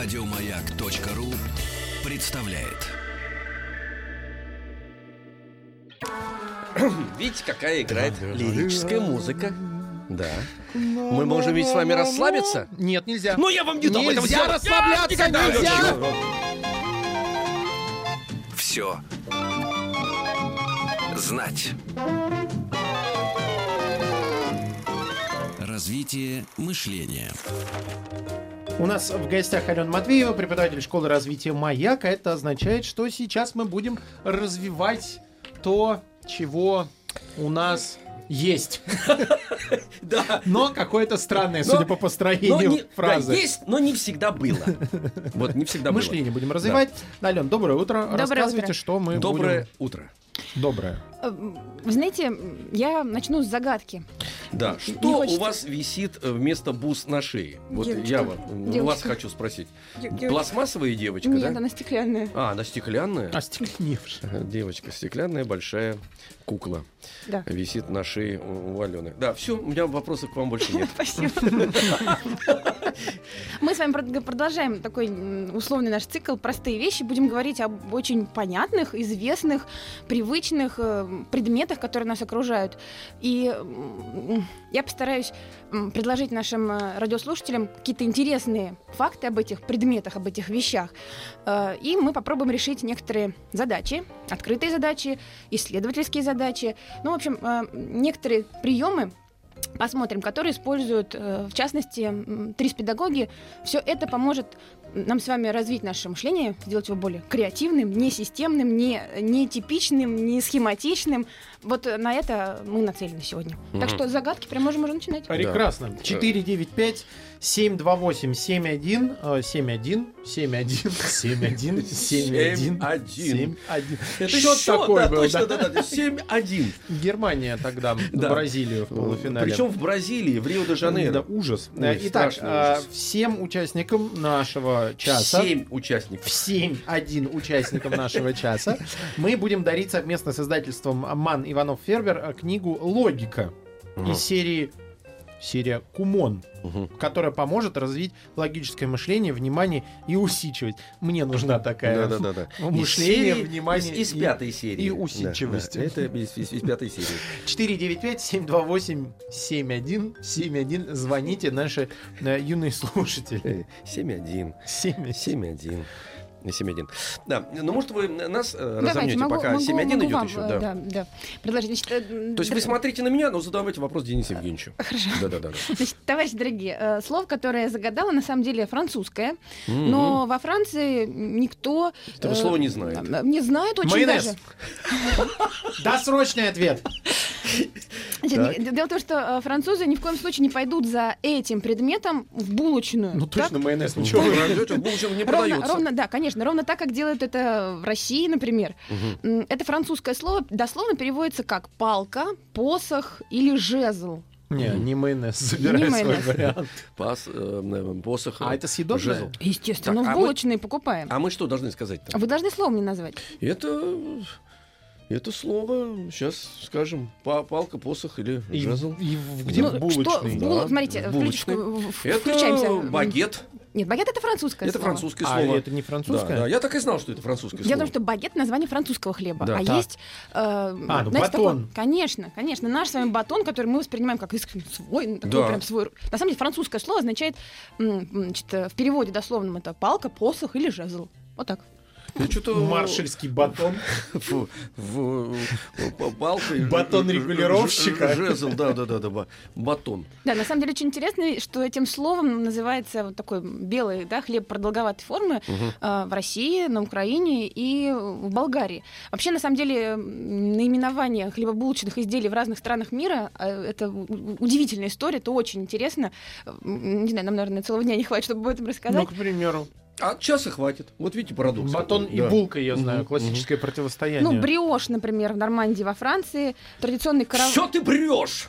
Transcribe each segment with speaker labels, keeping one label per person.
Speaker 1: Радиомаяк.ру представляет.
Speaker 2: Видите, какая играет лирическая музыка. Да. Мы можем ведь с вами расслабиться.
Speaker 3: Нет, нельзя.
Speaker 2: Но я вам не дам этого
Speaker 3: Нельзя
Speaker 2: сделать.
Speaker 3: расслабляться,
Speaker 2: Я никогда не
Speaker 3: нельзя.
Speaker 2: учу.
Speaker 1: Все знать. Развитие мышления.
Speaker 3: У нас в гостях Алена Матвеева, преподаватель школы развития «Маяк». А Это означает, что сейчас мы будем развивать то, чего у нас есть.
Speaker 2: Да.
Speaker 3: Но какое-то странное, судя по
Speaker 2: Но
Speaker 3: построению
Speaker 2: Ну, не,
Speaker 3: фразы.
Speaker 2: да, есть, но не всегда было. Вот, не всегда было.
Speaker 3: Мышление будем развивать. Ален, доброе утро.
Speaker 4: Доброе
Speaker 3: Рассказывайте,
Speaker 4: утро.
Speaker 3: что мы
Speaker 2: Доброе утро.
Speaker 3: будем- Доброе.
Speaker 4: Вы знаете, я начну с загадки.
Speaker 2: Да,
Speaker 4: Не
Speaker 2: что у
Speaker 4: хочется.
Speaker 2: вас висит э, вместо бус на шее? Вот
Speaker 4: Девочка.
Speaker 2: я вам, у вас
Speaker 4: Девочка.
Speaker 2: хочу спросить.
Speaker 4: Девочка.
Speaker 2: Пластмассовая девочка,
Speaker 4: Нет,
Speaker 2: да?
Speaker 4: она стеклянная.
Speaker 2: А, она стеклянная?
Speaker 3: Остекленевшее.
Speaker 2: Девочка стеклянная, большая кукла
Speaker 4: Да.
Speaker 2: висит на шее у, у Алены. Да, все, у меня вопросов к вам больше нет.
Speaker 4: Спасибо. Мы с вами прод- продолжаем такой м, условный наш цикл «Простые вещи». Будем говорить об очень понятных, известных, привычных э, предметах, которые нас окружают. И м, я постараюсь м, предложить нашим э, радиослушателям какие-то интересные факты об этих предметах, об этих вещах. Э, И мы попробуем решить некоторые задачи, открытые задачи, исследовательские задачи. Ну, в общем, э, некоторые приемы, посмотрим, которые используют, э, в частности, м, трис-педагоги. Все это поможет нам с вами развить наше мышление, сделать его более креативным, не системным, не, не типичным, не схематичным. Вот э, на это мы нацелены сегодня.
Speaker 2: Мгм.
Speaker 4: Так что загадки прям можем уже начинать.
Speaker 3: Прекрасно.
Speaker 2: Э.
Speaker 3: 495 728 71 э, 71 71 71 71
Speaker 2: 71.
Speaker 3: 71.
Speaker 2: Это
Speaker 3: Счет такой
Speaker 2: да,
Speaker 3: был,
Speaker 2: точно,
Speaker 3: да.
Speaker 2: да, да, 7-1.
Speaker 3: Германия тогда
Speaker 2: Да.
Speaker 3: Бразилию в полуфинале.
Speaker 2: Причем в Бразилии, в
Speaker 3: Да,
Speaker 2: Рио-де-Жанейро.
Speaker 3: ужас.
Speaker 2: Ой,
Speaker 3: Итак,
Speaker 2: страшный
Speaker 3: э,
Speaker 2: ужас.
Speaker 3: всем участникам нашего часа
Speaker 2: Семь участников.
Speaker 3: всем один участникам нашего часа, мы будем дарить совместно с издательством Ман Иванов Фербер э, книгу «Логика»
Speaker 2: Мгм.
Speaker 3: из серии серия Кумон,
Speaker 2: Мгм.
Speaker 3: которая поможет развить логическое мышление, внимание и усидчивость. Мне нужна такая.
Speaker 2: да.
Speaker 3: Мышление, внимание
Speaker 2: Из, из
Speaker 3: и-
Speaker 2: пятой серии.
Speaker 3: и
Speaker 2: Да,
Speaker 3: усидчивость.
Speaker 2: да, это из, из- из пятой серии.
Speaker 3: 495-728-7171. Звоните, наши э, юные слушатели.
Speaker 2: Э, 7-1.
Speaker 3: 7
Speaker 2: 7-1. 7-1. Да, ну может вы нас э,
Speaker 4: Давайте,
Speaker 2: разомнете,
Speaker 4: могу-
Speaker 2: пока
Speaker 4: могу-
Speaker 2: 7-1
Speaker 4: могу
Speaker 2: идет
Speaker 4: вам,
Speaker 2: еще.
Speaker 4: э,
Speaker 2: Да.
Speaker 4: да, да, предложить. Значит, э,
Speaker 2: То есть
Speaker 4: да-
Speaker 2: вы смотрите на меня, но задавайте вопрос Денису Евгеньевичу.
Speaker 4: Э, Хорошо.
Speaker 2: Да-да-да.
Speaker 4: Значит, товарищи дорогие, э, слово, которое я загадала, на самом деле французское,
Speaker 2: Мгм.
Speaker 4: но во Франции никто...
Speaker 2: Этого
Speaker 4: э,
Speaker 2: слова не знает.
Speaker 4: э, Не знает очень
Speaker 3: Майонез.
Speaker 4: даже.
Speaker 3: Досрочный ответ.
Speaker 4: Значит,
Speaker 2: Так.
Speaker 4: не- Дело в том, что э, французы ни в коем случае не пойдут за этим предметом в булочную.
Speaker 3: Ну
Speaker 4: Так?
Speaker 3: точно майонез,
Speaker 2: Ну,
Speaker 3: ничего.
Speaker 2: вы найдете, в будущем не
Speaker 4: Ровно,
Speaker 2: продается.
Speaker 4: ровно, да, конечно, ровно так, как делают это в России, например.
Speaker 2: Мгм.
Speaker 4: М, Это французское слово дословно переводится как палка, посох или жезл.
Speaker 3: Не, не майонез. Забирай
Speaker 4: Не
Speaker 3: свой
Speaker 4: майонез.
Speaker 3: вариант.
Speaker 2: Пас, э, м, посох.
Speaker 3: А
Speaker 2: э,
Speaker 3: это съедобное?
Speaker 2: жезл.
Speaker 4: Естественно,
Speaker 2: Так,
Speaker 4: ну,
Speaker 2: а
Speaker 4: в
Speaker 2: мы-
Speaker 4: булочной покупаем.
Speaker 2: А мы что должны сказать-то?
Speaker 4: А вы должны слово мне назвать.
Speaker 2: Это... Это слово, сейчас скажем, па- палка, посох или
Speaker 3: И,
Speaker 2: жезл.
Speaker 3: и в- где
Speaker 4: Ну,
Speaker 3: в
Speaker 4: Что, в
Speaker 3: булочной?
Speaker 4: бул-
Speaker 2: Да,
Speaker 4: Смотрите,
Speaker 2: в
Speaker 4: включ-
Speaker 2: булочной.
Speaker 4: в- в-
Speaker 2: Это
Speaker 4: включаемся.
Speaker 2: багет.
Speaker 4: Нет, багет это французское
Speaker 2: Это
Speaker 4: слово.
Speaker 2: французское
Speaker 3: А
Speaker 2: слово.
Speaker 3: это не
Speaker 2: Да,
Speaker 3: французское?
Speaker 2: да, я так и знал, что это французское
Speaker 4: Дело в
Speaker 2: слово.
Speaker 4: том, что багет название французского хлеба.
Speaker 2: Да. А,
Speaker 4: а
Speaker 3: Так.
Speaker 4: есть. э,
Speaker 3: ну,
Speaker 4: знаете,
Speaker 3: батон.
Speaker 4: такой- конечно, конечно. Наш с вами батон, который мы воспринимаем как искренне свой, ну, такой
Speaker 2: Да.
Speaker 4: прям свой. На самом деле французское слово означает, м, м, значит, э, в переводе дословном это палка, посох или жезл. Вот так.
Speaker 2: Я что-то
Speaker 3: Маршальский батон.
Speaker 2: Ну, в, в- в- палка и ж-
Speaker 3: Батон
Speaker 2: ж-
Speaker 3: регулировщика.
Speaker 2: э, ж- Жезл, да, да, да, да, ба- батон.
Speaker 4: Да, на самом деле очень интересно, что этим словом называется вот такой белый да, хлеб продолговатой формы э, в России, на Украине и в Болгарии. Вообще, на самом деле, м, наименование хлебобулочных изделий в разных странах мира э, это у- у- удивительная история, это очень интересно. М, Не знаю, нам, наверное, целого дня не хватит, чтобы об этом
Speaker 3: Ну,
Speaker 4: рассказать.
Speaker 3: к примеру,
Speaker 2: А часа хватит. Вот видите парадокс.
Speaker 3: батон и
Speaker 2: Да.
Speaker 3: булка, я знаю,
Speaker 2: Мгм,
Speaker 3: классическое противостояние.
Speaker 4: Ну, бриош, например, в Нормандии, во Франции, традиционный каравай.
Speaker 2: Все ты брешь!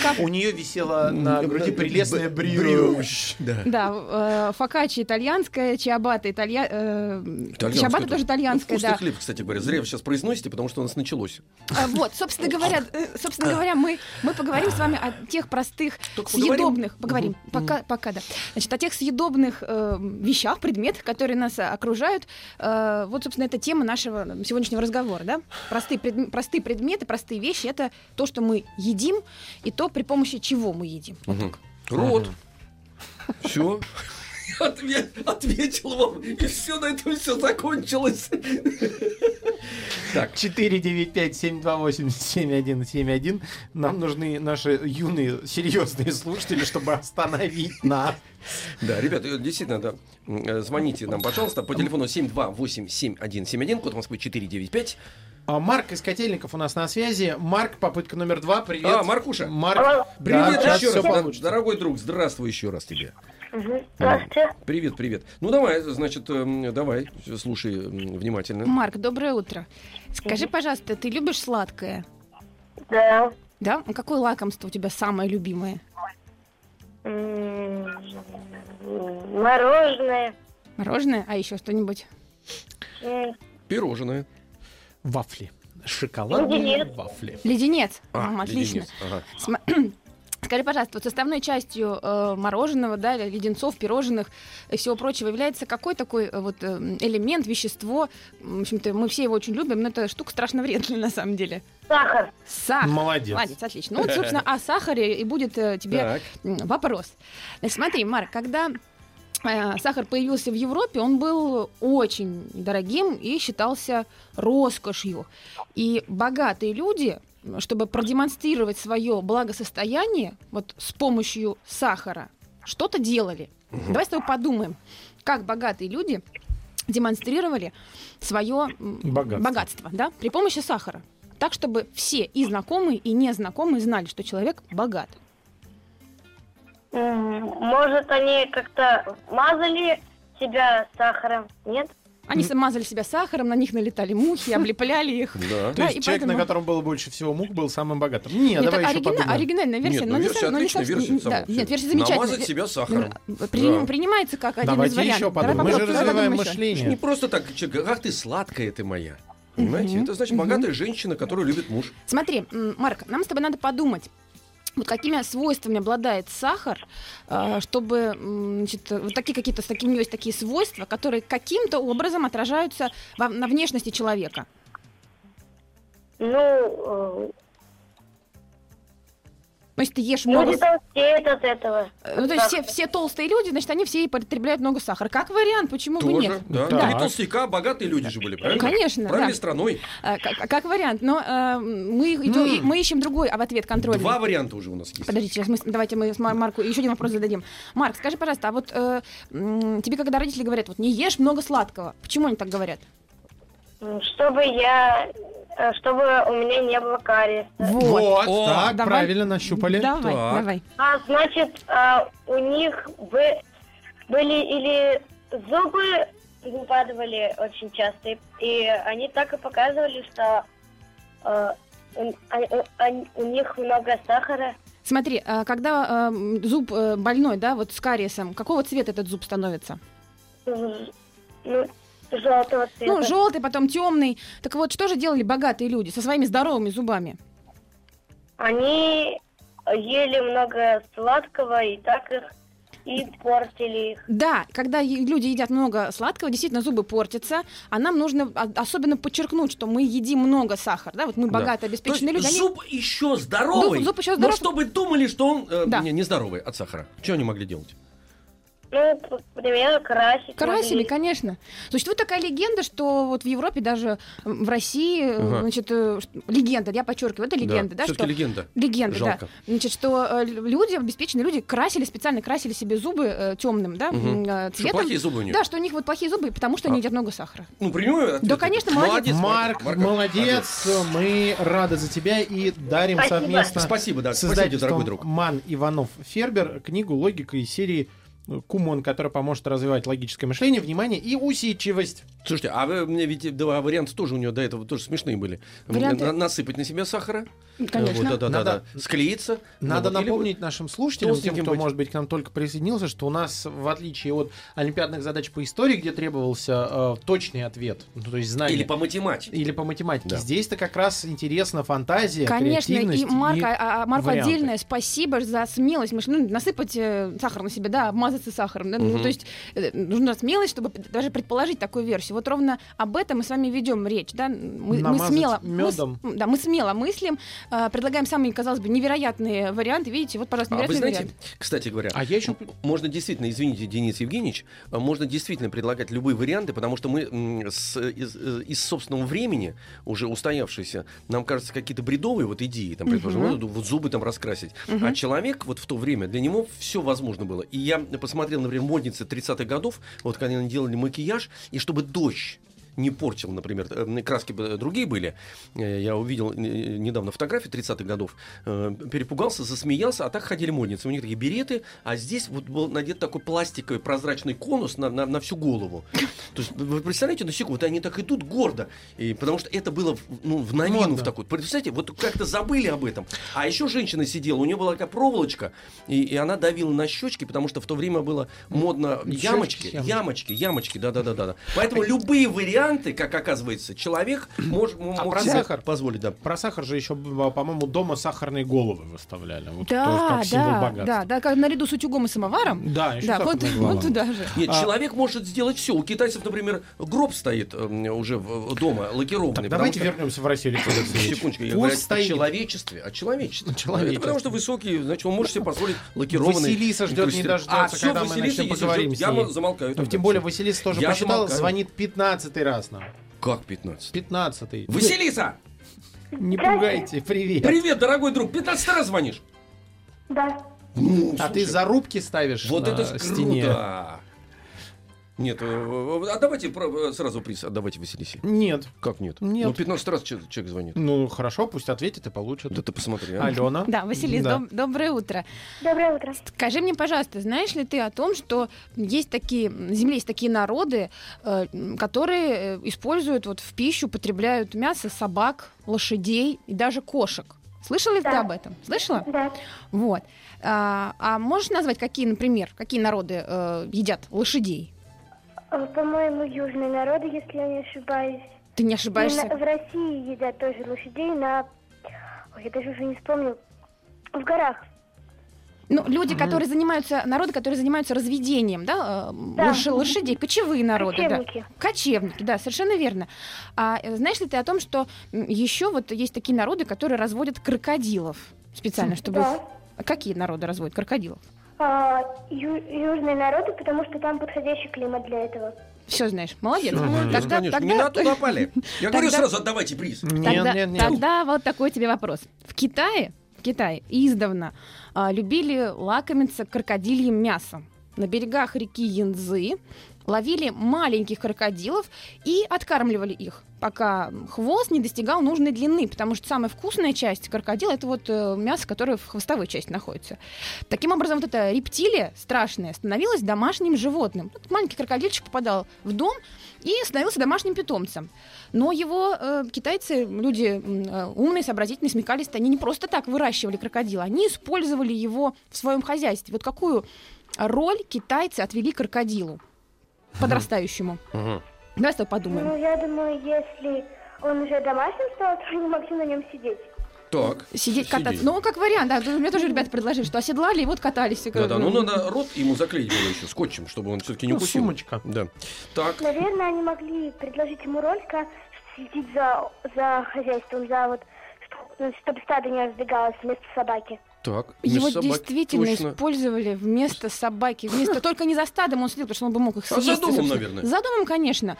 Speaker 4: Фока-
Speaker 3: У нее висела на груди прелестная брюшка.
Speaker 2: Брюш, Да.
Speaker 4: Да, э, фокаччи итальянская, чиабата италья... э,
Speaker 2: Итальянская
Speaker 4: Чиабата тоже итальянская,
Speaker 2: Вкусный
Speaker 4: да.
Speaker 2: хлеб, кстати говоря. Зря вы сейчас произносите, потому что у нас началось.
Speaker 4: А, Вот, собственно говоря, э, собственно говоря, мы, мы поговорим с вами о тех простых
Speaker 2: А. Только поговорим?
Speaker 4: съедобных, поговорим,
Speaker 2: Мгм,
Speaker 4: пока, пока да. Значит, о тех съедобных э, вещах, предметах, которые нас э, окружают. Э, вот, собственно, это тема нашего м, сегодняшнего разговора, да? Простые, пред- простые предметы, простые вещи – это то, что мы едим, и то, при помощи чего мы едим.
Speaker 2: Мгм. Рот. Все. Ответил вам, и все на этом все закончилось.
Speaker 3: 495-728-7171. Нам нужны наши юные, серьезные слушатели, чтобы остановить нас.
Speaker 2: Да, ребят, э, действительно, да. М, э, Звоните нам, пожалуйста, по телефону 7287171, код Москвы 495.
Speaker 3: А Марк из Котельников у нас на связи. Марк, попытка номер два. Привет.
Speaker 2: А, Маркуша.
Speaker 3: Марк,
Speaker 2: Привет
Speaker 3: да,
Speaker 2: еще
Speaker 3: всё
Speaker 2: раз, дор-
Speaker 3: получится.
Speaker 2: дорогой друг, здравствуй еще раз тебе.
Speaker 5: Мгм. Здравствуйте.
Speaker 2: Привет, привет. Ну давай, значит, эм, давай, слушай м, внимательно.
Speaker 4: Марк, доброе утро. Скажи, пожалуйста, ты любишь сладкое?
Speaker 5: Да.
Speaker 4: Да? А Какое лакомство у тебя самое любимое?
Speaker 5: М, Мороженое.
Speaker 4: Мороженое, а еще что-нибудь?
Speaker 5: М,
Speaker 2: Пирожное.
Speaker 3: Вафли. Шоколадные
Speaker 5: Леденец.
Speaker 3: вафли.
Speaker 4: Леденец.
Speaker 2: Э, А,
Speaker 4: М, отлично.
Speaker 2: леденец, ага.
Speaker 4: См- Скажи, пожалуйста, вот составной частью э, мороженого, да, или леденцов, пирожных и всего прочего является какой такой э, вот э, элемент, вещество? М, В общем-то, мы все его очень любим, но эта штука страшно вредная на самом деле.
Speaker 5: Сахар.
Speaker 4: Сахар.
Speaker 3: Молодец.
Speaker 4: Молодец, отлично. Ну вот, собственно, о сахаре и будет э, тебе
Speaker 2: Так.
Speaker 4: М, Вопрос. Значит, смотри, Марк, когда э, сахар появился в Европе, он был очень дорогим и считался роскошью. И богатые люди, м, чтобы продемонстрировать свое благосостояние вот с помощью сахара, что-то делали. Давай с тобой подумаем, как богатые люди демонстрировали свое
Speaker 3: Богатство.
Speaker 4: богатство, да, при помощи сахара. Так, чтобы все и знакомые, и незнакомые знали, что человек богат.
Speaker 5: М, Может, они как-то мазали себя сахаром? Нет?
Speaker 4: Они мазали себя сахаром, на них налетали мухи, облепляли их.
Speaker 2: Да.
Speaker 3: То
Speaker 4: Да,
Speaker 3: есть
Speaker 4: и
Speaker 3: человек, на
Speaker 4: поэтому-
Speaker 3: котором было больше всего мух, был самым богатым. Не,
Speaker 4: Нет,
Speaker 3: давай
Speaker 4: это
Speaker 3: еще
Speaker 4: оригина-
Speaker 3: подумаем.
Speaker 4: оригинальная версия,
Speaker 2: Нет,
Speaker 4: но
Speaker 2: ну
Speaker 4: не
Speaker 2: версия
Speaker 4: сам- но не
Speaker 2: отличная,
Speaker 4: сам-
Speaker 2: версия, само
Speaker 4: да,
Speaker 2: собой.
Speaker 4: Нет, версия замечательная.
Speaker 2: Намазать себя сахаром.
Speaker 4: Ну, при-
Speaker 2: Да.
Speaker 4: Принимается как один из
Speaker 3: Давайте
Speaker 4: вариантов.
Speaker 3: еще
Speaker 4: Давай
Speaker 3: подумаем. Мы же
Speaker 4: попробуем, давай
Speaker 3: развиваем
Speaker 4: подумаем еще.
Speaker 2: Не
Speaker 3: мышление.
Speaker 2: просто так, человек, ах ты сладкая ты моя. Понимаете?
Speaker 4: Мгм.
Speaker 2: Это значит
Speaker 4: Мгм.
Speaker 2: богатая женщина, которую любит муж.
Speaker 4: Смотри, м, Марк, нам с тобой надо подумать. Вот какими свойствами обладает сахар, э, чтобы м, значит, э, вот такие какие-то с такими есть такие свойства, которые каким-то образом отражаются во- на внешности человека.
Speaker 5: Ну,
Speaker 4: Ну, если ты ешь
Speaker 5: э, люди
Speaker 4: много, с-
Speaker 5: толстеют от этого.
Speaker 4: э, ну, то есть все, все толстые люди, значит, они все и потребляют много сахара. Как вариант, почему бы нет?
Speaker 2: Тоже. Да.
Speaker 3: Да.
Speaker 2: Три толстяка, богатые люди же были, правильно?
Speaker 4: Ну, Конечно,
Speaker 2: Правильной
Speaker 4: да.
Speaker 2: страной.
Speaker 4: А, Как, как вариант, но э, мы, идем-
Speaker 3: М.
Speaker 4: мы ищем другой, а в ответ контрольный.
Speaker 2: Два варианта уже у нас есть.
Speaker 4: Подождите, сейчас мы, с- давайте мы с Мар- Марку еще один вопрос зададим. Марк, скажи, пожалуйста, а вот э, м, тебе, когда родители говорят, вот не ешь много сладкого, почему они так говорят?
Speaker 5: М, Чтобы я... э, Чтобы у меня не было кариеса.
Speaker 3: Э, Вот,
Speaker 2: О,
Speaker 3: так,
Speaker 4: давай.
Speaker 3: правильно нащупали.
Speaker 4: Давай,
Speaker 2: Так.
Speaker 4: давай.
Speaker 5: А значит, а, у них бы- были или зубы выпадывали очень часто, и- и они так и показывали, что э, у- а- у- они- у них много сахара.
Speaker 4: Смотри, а когда э, м, зуб э, больной, да, вот с кариесом, какого цвета этот зуб становится?
Speaker 5: Ж- Ну, желтого цвета.
Speaker 4: Ну, желтый, потом темный. Так вот, что же делали богатые люди со своими здоровыми зубами?
Speaker 5: Они ели много сладкого и так их и портили их.
Speaker 4: Да, когда е- люди едят много сладкого, действительно зубы портятся, а нам нужно о- особенно подчеркнуть, что мы едим много сахара, да, вот мы
Speaker 2: Да.
Speaker 4: богато
Speaker 2: То есть
Speaker 4: обеспеченные люди, они-
Speaker 2: зуб еще здоровый,
Speaker 4: Зуб- зуб еще
Speaker 2: но
Speaker 4: здоров.
Speaker 2: чтобы думали, что он э,
Speaker 4: Да.
Speaker 2: не, нездоровый от сахара. Что они могли делать?
Speaker 5: Ну, п- к примеру, красить.
Speaker 4: Красили,
Speaker 5: могли.
Speaker 4: конечно. Существует такая легенда, что вот в Европе, даже э, в России, э,
Speaker 2: Ага.
Speaker 4: значит, э, ш- легенда, я подчеркиваю, это легенда, да,
Speaker 2: Все-таки
Speaker 4: что...
Speaker 2: легенда.
Speaker 4: Легенда,
Speaker 2: Жалко.
Speaker 4: да. Значит, что э, люди, обеспеченные люди, красили, специально красили себе зубы темным, да,
Speaker 2: Мгм.
Speaker 4: м, э,
Speaker 2: Что,
Speaker 4: цветом.
Speaker 2: плохие зубы у нее?
Speaker 4: Да, что у них вот плохие зубы, потому что они
Speaker 2: А.
Speaker 4: едят много сахара.
Speaker 2: Ну, принимаю ответ.
Speaker 4: Да, конечно,
Speaker 2: молодец.
Speaker 3: Марк, молодец, мы рады за тебя и дарим
Speaker 5: Спасибо.
Speaker 3: совместно
Speaker 2: Спасибо, да.
Speaker 3: с
Speaker 2: Спасибо, дорогой
Speaker 3: издательством
Speaker 2: друг.
Speaker 3: Ман Иванов Фербер книгу «Логика» из серии кумон, который поможет развивать логическое мышление, внимание и усидчивость.
Speaker 2: Слушайте, а вы мне ведь два варианта тоже у нее до этого тоже смешные были.
Speaker 4: Варианты-
Speaker 2: На- Насыпать на себя сахара.
Speaker 4: Конечно.
Speaker 2: да, да,
Speaker 3: Надо-
Speaker 2: да. Склеиться.
Speaker 3: Надо
Speaker 2: Ну, вот, или
Speaker 3: напомнить нашим слушателям, тем,
Speaker 2: толстеньким
Speaker 3: кто,
Speaker 2: быть.
Speaker 3: может быть, к нам только присоединился, что у нас, в отличие от олимпиадных задач по истории, где требовался э, точный ответ, ну, то есть знание,
Speaker 2: Или по математике.
Speaker 3: или по математике,
Speaker 2: Да.
Speaker 3: здесь-то как раз интересна фантазия,
Speaker 4: Конечно, и
Speaker 3: креативность
Speaker 4: Марка, а, а, Марку
Speaker 3: варианты.
Speaker 4: отдельное спасибо за смелость. Мы ж, ну, насыпать э, сахар на себя, да, обмазаться сахаром. да, ну,
Speaker 2: Мгм.
Speaker 4: то есть э, нужна смелость, чтобы п- даже предположить такую версию. Вот ровно об этом мы с вами ведем речь, да? Мы, мы
Speaker 3: Намазать
Speaker 4: смело, мы с-
Speaker 3: мёдом.
Speaker 4: да, мы смело мыслим, э, предлагаем самые, казалось бы, невероятные варианты. Видите, вот, пожалуйста,
Speaker 2: А вы
Speaker 4: невероятный
Speaker 2: знаете,
Speaker 4: вариант.
Speaker 2: кстати говоря,
Speaker 3: А я еще...
Speaker 2: можно действительно, извините, Денис Евгеньевич, а, можно действительно предлагать любые варианты, потому что мы м, с, из, э, из собственного времени, уже устоявшиеся, нам кажется, какие-то бредовые вот идеи, там, предположим,
Speaker 4: Мгм.
Speaker 2: вот, вот зубы там раскрасить.
Speaker 4: Мгм.
Speaker 2: А человек вот в то время, для него все возможно было. И я посмотрел, например, модницы 30-х годов, вот когда они делали макияж, и чтобы дождь не портил, например, э, краски бы другие были. Э, Я увидел э, недавно фотографии 30-х годов, э, перепугался, засмеялся, а так ходили модницы. У них такие береты, а здесь вот был надет такой пластиковый прозрачный конус на, на, на всю голову. То есть вы представляете, на секунду, вот они так идут гордо, и, потому что это было в- ну, в новину
Speaker 3: Модно.
Speaker 2: в такую. Представляете, вот как-то забыли об этом. А еще женщина сидела, у нее была такая проволочка, и, и она давила на щечки, потому что в то время было модно
Speaker 3: Щечки,
Speaker 2: ямочки,
Speaker 3: ямочки.
Speaker 2: ямочки, ямочки, да-да-да. Поэтому любые варианты, как оказывается, человек мож- м-
Speaker 3: А
Speaker 2: может,
Speaker 3: про
Speaker 2: себе
Speaker 3: сахар?
Speaker 2: позволить, да.
Speaker 3: Про сахар же еще, б- по-моему, дома сахарные головы выставляли. Вот тоже
Speaker 4: Да,
Speaker 3: как символ
Speaker 4: да,
Speaker 3: богатства.
Speaker 4: да, да, как наряду с утюгом и самоваром.
Speaker 3: Да, еще
Speaker 4: Да, вот,
Speaker 3: сахарные головы.
Speaker 4: вот туда же.
Speaker 2: Нет,
Speaker 3: А-
Speaker 2: человек может сделать все. У китайцев, например, гроб стоит эм, уже в- дома, лакированный.
Speaker 3: Так,
Speaker 2: потому
Speaker 3: давайте
Speaker 2: что-
Speaker 3: вернемся в Россию, Александр Алексеевич.
Speaker 2: Секундочку, я
Speaker 3: Пусть
Speaker 2: говорю о
Speaker 3: стоит.
Speaker 2: человечестве, о человечестве.
Speaker 3: О человечестве.
Speaker 2: Это потому что высокий, значит, он может себе позволить лакированный.
Speaker 3: Ну, Василиса ждет, не
Speaker 2: крестик.
Speaker 3: дождется,
Speaker 2: а, всё,
Speaker 3: когда мы
Speaker 2: Василиса,
Speaker 3: начнем
Speaker 2: если
Speaker 3: поговорим
Speaker 2: ждёт,
Speaker 3: с ней.
Speaker 2: Я замолкаю.
Speaker 3: Ну,
Speaker 2: тогда
Speaker 3: Тем
Speaker 2: всё.
Speaker 3: более Василиса тоже
Speaker 2: Я
Speaker 3: посчитала,
Speaker 2: замолкаю.
Speaker 3: звонит 15 раз нам.
Speaker 2: Как 15?
Speaker 3: 15
Speaker 2: Василиса!
Speaker 3: Не пугайте, привет.
Speaker 2: Привет, дорогой друг! 15 раз звонишь!
Speaker 5: Да.
Speaker 2: Ну,
Speaker 3: А
Speaker 2: слушай,
Speaker 3: ты зарубки ставишь
Speaker 2: Вот
Speaker 3: на
Speaker 2: это ж
Speaker 3: стене?
Speaker 2: круто! Нет, э, э, а давайте про- э, сразу приз отдавайте Василисе.
Speaker 3: Нет.
Speaker 2: Как нет?
Speaker 3: Нет.
Speaker 2: Ну, 15 раз че- человек звонит.
Speaker 3: Ну, хорошо, пусть ответит и получит.
Speaker 2: Да ты посмотри, а.
Speaker 3: Алена?
Speaker 4: Да, Василис,
Speaker 3: Да.
Speaker 4: доб- доброе утро.
Speaker 5: Доброе утро.
Speaker 4: Скажи мне, пожалуйста, знаешь ли ты о том, что есть такие, на Земле есть такие народы, э, м, которые э, используют вот в пищу, потребляют мясо собак, лошадей и даже кошек? Слышала ли ты
Speaker 5: Да.
Speaker 4: об этом? Слышала?
Speaker 5: Да.
Speaker 4: Вот. А, а можешь назвать, какие, например, какие народы э, едят лошадей?
Speaker 5: Э, По-моему, южные народы, если я не ошибаюсь.
Speaker 4: Ты не
Speaker 5: И на-
Speaker 4: ошибаешься?
Speaker 5: в России едят тоже лошадей на... Ой, я даже уже не вспомню. В горах.
Speaker 4: Ну, люди, которые занимаются, народы, которые занимаются разведением, да, э, м,
Speaker 5: Да.
Speaker 4: лош- лошадей, кочевые народы, да.
Speaker 5: Кочевники.
Speaker 4: Кочевники, да, совершенно верно. А э, знаешь ли ты о том, что еще вот есть такие народы, которые разводят крокодилов
Speaker 2: Хм,
Speaker 4: специально, чтобы...
Speaker 5: Да.
Speaker 4: их- А Какие народы разводят крокодилов?
Speaker 5: А, ю- южные народы, потому что там подходящий климат для этого.
Speaker 4: Все знаешь, молодец.
Speaker 3: Всё, молодец,
Speaker 4: Тогда,
Speaker 2: ну, Конечно,
Speaker 4: тогда-
Speaker 2: не на ту напали. Я говорю
Speaker 4: Тогда-
Speaker 2: сразу, отдавайте приз.
Speaker 4: Тогда,
Speaker 3: Нет, нет, нет.
Speaker 4: тогда вот такой тебе вопрос. В Китае, в Китае издавна а, любили лакомиться крокодильем мясом. На берегах реки Янзы ловили маленьких крокодилов и откармливали их, пока хвост не достигал нужной длины, потому что самая вкусная часть крокодила это вот э, мясо, которое в хвостовой части находится. Таким образом, вот эта рептилия страшная становилась домашним животным. Вот маленький крокодильчик попадал в дом и становился домашним питомцем. Но его э, китайцы, люди м, э, умные, сообразительные, смекались, они не просто так выращивали крокодила, они использовали его в своем хозяйстве. Вот какую роль китайцы отвели крокодилу подрастающему?
Speaker 2: Мгм.
Speaker 4: Давай с тобой подумаем.
Speaker 5: Ну, я думаю, если он уже домашним стал, то не могли на нем сидеть.
Speaker 2: Так.
Speaker 4: Сидеть, кататься.
Speaker 2: Сидеть.
Speaker 4: Ну, как вариант, да. Мне тоже ребята предложили, что оседлали и вот катались.
Speaker 2: Да-да, ну надо рот ему заклеить было еще скотчем, чтобы он все-таки не
Speaker 3: Ну,
Speaker 2: укусил.
Speaker 3: сумочка.
Speaker 2: Да. Так,
Speaker 5: Наверное, они могли предложить ему роль, как следить за, за хозяйством, за вот, чтоб- чтобы стадо не разбегалось вместо собаки.
Speaker 2: так.
Speaker 4: Его
Speaker 2: Мисс Собака,
Speaker 4: действительно
Speaker 2: точно.
Speaker 4: использовали вместо собаки, вместо только не за стадом он следил, потому что он бы мог их
Speaker 2: А за
Speaker 4: съесть.
Speaker 2: домом,
Speaker 4: собственно.
Speaker 2: наверное.
Speaker 4: За домом, конечно.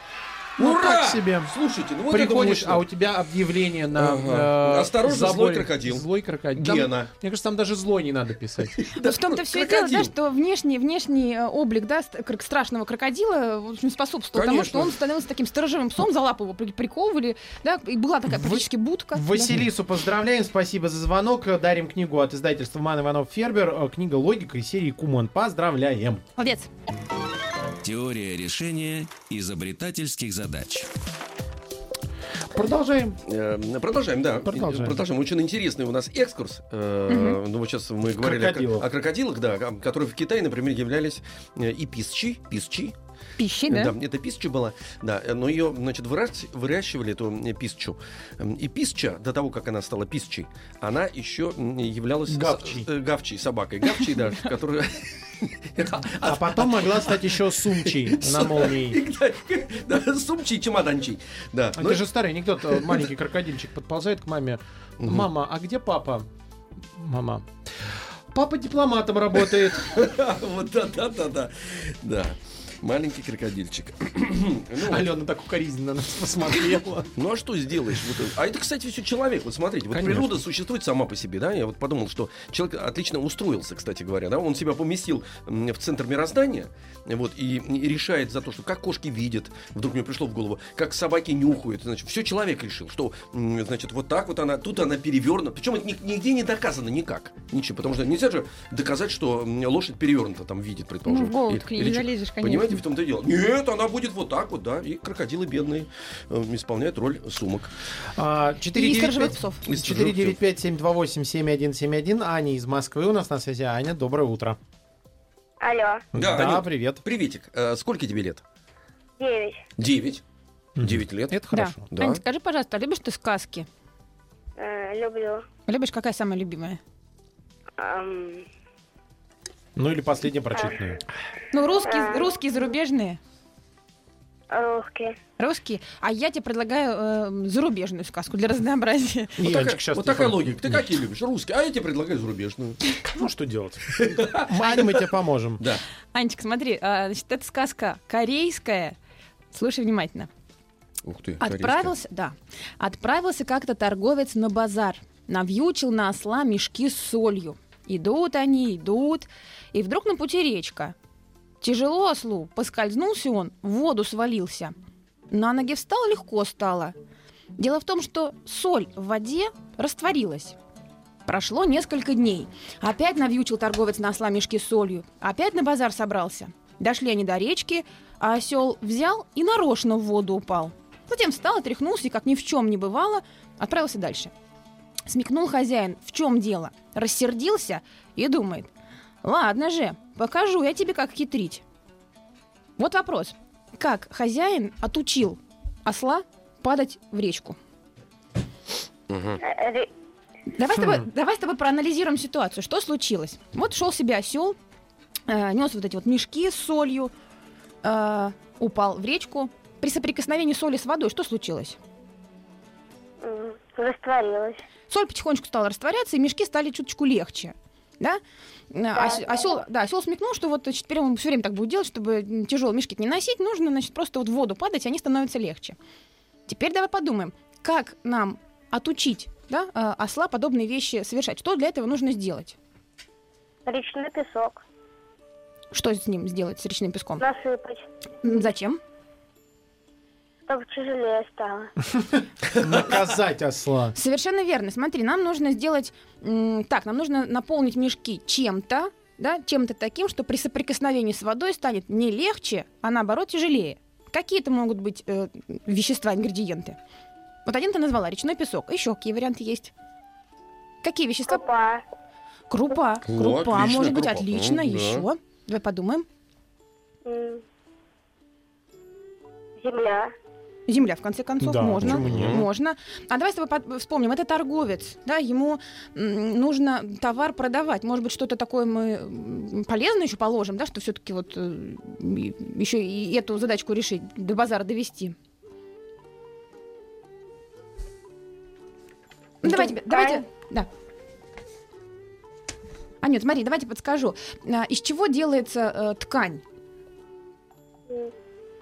Speaker 3: Ну,
Speaker 2: Ура!
Speaker 3: так себе.
Speaker 2: Слушайте, ну вот
Speaker 3: Приходишь,
Speaker 2: это
Speaker 3: а у
Speaker 2: мощно.
Speaker 3: тебя объявление на...
Speaker 2: Ага.
Speaker 3: э,
Speaker 2: Осторожно, злой
Speaker 3: заборе.
Speaker 2: крокодил.
Speaker 3: Злой крокодил. Там-
Speaker 2: Гена.
Speaker 3: Мне кажется, там даже злой не надо писать.
Speaker 4: Но в том-то все и дело,
Speaker 2: крокодил.
Speaker 4: да, что внешний, внешний э, облик да, ст- кр- страшного крокодила в общем, способствовал тому,
Speaker 2: Конечно.
Speaker 4: что он становился таким сторожевым псом, за лапу его при- приковывали, да, и была такая практически будка. да.
Speaker 3: Василису поздравляем, спасибо за звонок. Дарим книгу от издательства Ман Иванов Фербер. Э, Книга «Логика» из серии Куман. Поздравляем.
Speaker 4: Молодец.
Speaker 1: Теория решения изобретательских задач.
Speaker 3: Продолжаем.
Speaker 2: Э, Продолжаем, да.
Speaker 3: Продолжаем.
Speaker 2: Продолжаем. Очень интересный у нас экскурс. Э, Ну, вот сейчас мы говорили о кр-
Speaker 3: Крокодилов.
Speaker 2: о крокодилах, да, о- которые в Китае, например, являлись э, и писчи, писчи,
Speaker 4: Пищи, да?
Speaker 2: Да, это писча была, да, но ее, значит, выращ- выращивали, эту м, писчу. М, И писча, до того, как она стала писчей, она еще м, являлась... с-
Speaker 3: Гавчей.
Speaker 2: э, Гавчей, собакой. Гавчей, да, которая...
Speaker 3: А потом могла стать еще сумчей на молнии.
Speaker 2: Да, Сумчий, чемоданчий. Да. Ну,
Speaker 3: Это же старый анекдот. э, Маленький крокодильчик подползает к маме.
Speaker 2: Мгм.
Speaker 3: Мама, а где папа? Мама. Папа дипломатом работает.
Speaker 2: Вот да, да, да, да. Да. Маленький крокодильчик. Ну,
Speaker 3: Алена так укоризненно на нас посмотрела.
Speaker 2: Ну а что сделаешь? Вот, а это, кстати, все человек. Вот смотрите, вот
Speaker 3: Конечно.
Speaker 2: природа существует сама по себе, да? Я вот подумал, что человек отлично устроился, кстати говоря, да? Он себя поместил м, в центр мироздания, вот, и, и решает за то, что как кошки видят, вдруг мне пришло в голову, как собаки нюхают, значит, все человек решил, что, м, значит, вот так вот она, тут она перевернута. Причем это ни- нигде не доказано никак, ничего, потому что нельзя же доказать, что м, лошадь перевернута там видит, предположим.
Speaker 4: Ну, в голову
Speaker 2: И-
Speaker 4: к ней
Speaker 2: или
Speaker 4: не
Speaker 2: чё-
Speaker 4: залезешь, конечно.
Speaker 2: Понимаете, в том-то и дело. Нет, она будет вот так вот, да, и крокодилы бедные э, исполняют роль сумок.
Speaker 3: А,
Speaker 4: И
Speaker 3: 495
Speaker 4: сторожевых псов.
Speaker 2: Из чужих тел.
Speaker 3: 495-728-7171. Аня из Москвы у нас на связи. Аня, доброе утро.
Speaker 5: Алло,
Speaker 2: Да, Аня.
Speaker 3: привет.
Speaker 2: Приветик, э, сколько тебе лет?
Speaker 5: девять.
Speaker 2: Девять. Девять лет.
Speaker 3: Это
Speaker 4: Да.
Speaker 3: хорошо.
Speaker 2: Да.
Speaker 4: Ань, скажи, пожалуйста, а любишь ты сказки?
Speaker 5: Э, люблю.
Speaker 4: Любишь, какая самая любимая?
Speaker 5: Ам,
Speaker 3: Ну или последнее прочитанное.
Speaker 4: Ну, русские,
Speaker 5: А.
Speaker 4: русские зарубежные.
Speaker 5: русский.
Speaker 4: Русские. А я тебе предлагаю э, зарубежную сказку для разнообразия.
Speaker 2: Вот,
Speaker 3: И
Speaker 2: такая,
Speaker 3: Анечка щас
Speaker 2: вот
Speaker 3: не
Speaker 2: такая
Speaker 3: пом-
Speaker 2: логика. Ты какие любишь? Русские. А я тебе предлагаю зарубежную.
Speaker 3: Ну что делать? Аня, мы тебе поможем.
Speaker 2: Да.
Speaker 4: Анечка, смотри, а, значит, это сказка корейская. Слушай внимательно.
Speaker 2: Ух ты.
Speaker 4: Отправился, да, отправился как-то торговец на базар, навьючил на осла мешки с солью. Идут они, идут, и вдруг на пути речка. Тяжело ослу, поскользнулся он, в воду свалился. На ноги встал, легко стало. Дело в том, что соль в воде растворилась. Прошло несколько дней. Опять навьючил торговец на осла мешки с солью. Опять на базар собрался. Дошли они до речки, а осел взял и нарочно в воду упал. Затем встал, отряхнулся и, как ни в чем не бывало, отправился дальше. Смекнул хозяин, в чем дело, рассердился и думает, «Ладно же, покажу я тебе, как хитрить». Вот вопрос. Как хозяин отучил осла падать в речку?
Speaker 5: Э, ре-
Speaker 4: Давай с, тобой, давай с тобой проанализируем ситуацию. Что случилось? Вот шел себе осел, нес вот эти вот мешки с солью, э, упал в речку. При соприкосновении соли с водой что случилось?
Speaker 5: м, Растворилась.
Speaker 4: соль потихонечку стала растворяться, и мешки стали чуточку легче. Да? Осел, да, осел смекнул, что вот значит, теперь он все время так будет делать, чтобы тяжелые мешки не носить, нужно значит, просто вот в воду падать, и они становятся легче. Теперь давай подумаем, как нам отучить да, э, осла подобные вещи совершать? Что для этого нужно сделать?
Speaker 5: Речной песок.
Speaker 4: Что с ним сделать, с речным песком?
Speaker 5: Насыпать.
Speaker 4: М, Зачем?
Speaker 5: Чтобы тяжелее стало.
Speaker 3: Наказать осла.
Speaker 4: Совершенно верно. Смотри, нам нужно сделать м, так, нам нужно наполнить мешки чем-то, да, чем-то таким, что при соприкосновении с водой станет не легче, а наоборот тяжелее. Какие это могут быть э, вещества, ингредиенты? Вот один ты назвала речной песок. Еще какие варианты есть? Какие вещества?
Speaker 5: Крупа.
Speaker 4: Крупа. Крупа,
Speaker 2: отлично,
Speaker 4: может быть,
Speaker 2: крупа.
Speaker 4: отлично.
Speaker 2: Ну, да.
Speaker 4: Еще. Давай подумаем.
Speaker 5: м, Земля.
Speaker 4: Земля, в конце концов,
Speaker 3: Да,
Speaker 4: можно.
Speaker 3: почему нет?
Speaker 4: Можно. А давай с тобой под- вспомним, это торговец, да, ему м, нужно товар продавать. Может быть, что-то такое мы м, полезное еще положим, да, что все-таки вот еще и эту задачку решить, до базара довести. Ну, давайте,
Speaker 5: Давай.
Speaker 4: давайте, да. А нет, смотри, давайте подскажу. А, Из чего делается э, ткань?
Speaker 5: м,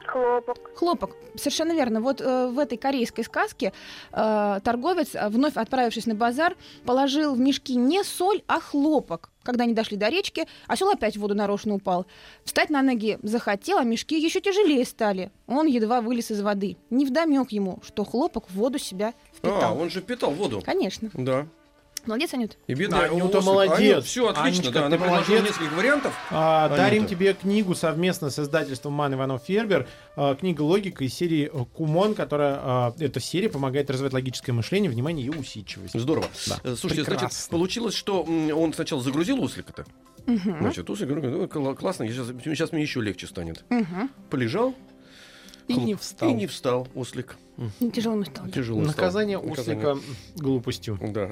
Speaker 5: хлопок.
Speaker 4: Хлопок, совершенно верно. Вот э, в этой корейской сказке э, торговец, э, вновь отправившись на базар, положил в мешки не соль, а хлопок. Когда они дошли до речки, осел опять в воду нарочно упал. Встать на ноги захотел, а мешки еще тяжелее стали. Он едва вылез из воды. Невдомек ему, что хлопок в воду себя
Speaker 2: А,
Speaker 4: впитал.
Speaker 2: он же впитал воду.
Speaker 4: Конечно.
Speaker 2: Да.
Speaker 4: Молодец, Анют.
Speaker 2: И бедная
Speaker 3: Анюта молодец.
Speaker 2: все отлично,
Speaker 3: Анечка,
Speaker 2: да. Она
Speaker 3: ты
Speaker 2: предложила
Speaker 3: молодец.
Speaker 2: несколько вариантов.
Speaker 3: А,
Speaker 2: Понятно.
Speaker 3: дарим тебе книгу совместно с издательством Ман Иванов Фербер. А, книга «Логика» из серии э, «Кумон», которая... а, эта серия помогает развивать логическое мышление, внимание и усидчивость.
Speaker 2: Здорово.
Speaker 3: Да.
Speaker 2: Э, Слушайте, значит,
Speaker 3: Прекрасно.
Speaker 2: получилось, что м, он сначала загрузил ослика-то.
Speaker 4: Мгм.
Speaker 2: Значит, ослик говорит, «Ой, кла- классно, сейчас, сейчас мне еще легче станет.
Speaker 4: Мгм.
Speaker 2: Полежал.
Speaker 3: И
Speaker 2: хлоп,
Speaker 3: не встал.
Speaker 2: И не встал ослик.
Speaker 4: Тяжело ему стало.
Speaker 2: Тяжело встал.
Speaker 3: Наказание
Speaker 2: Наказание.
Speaker 3: ослика глупостью.
Speaker 2: Да.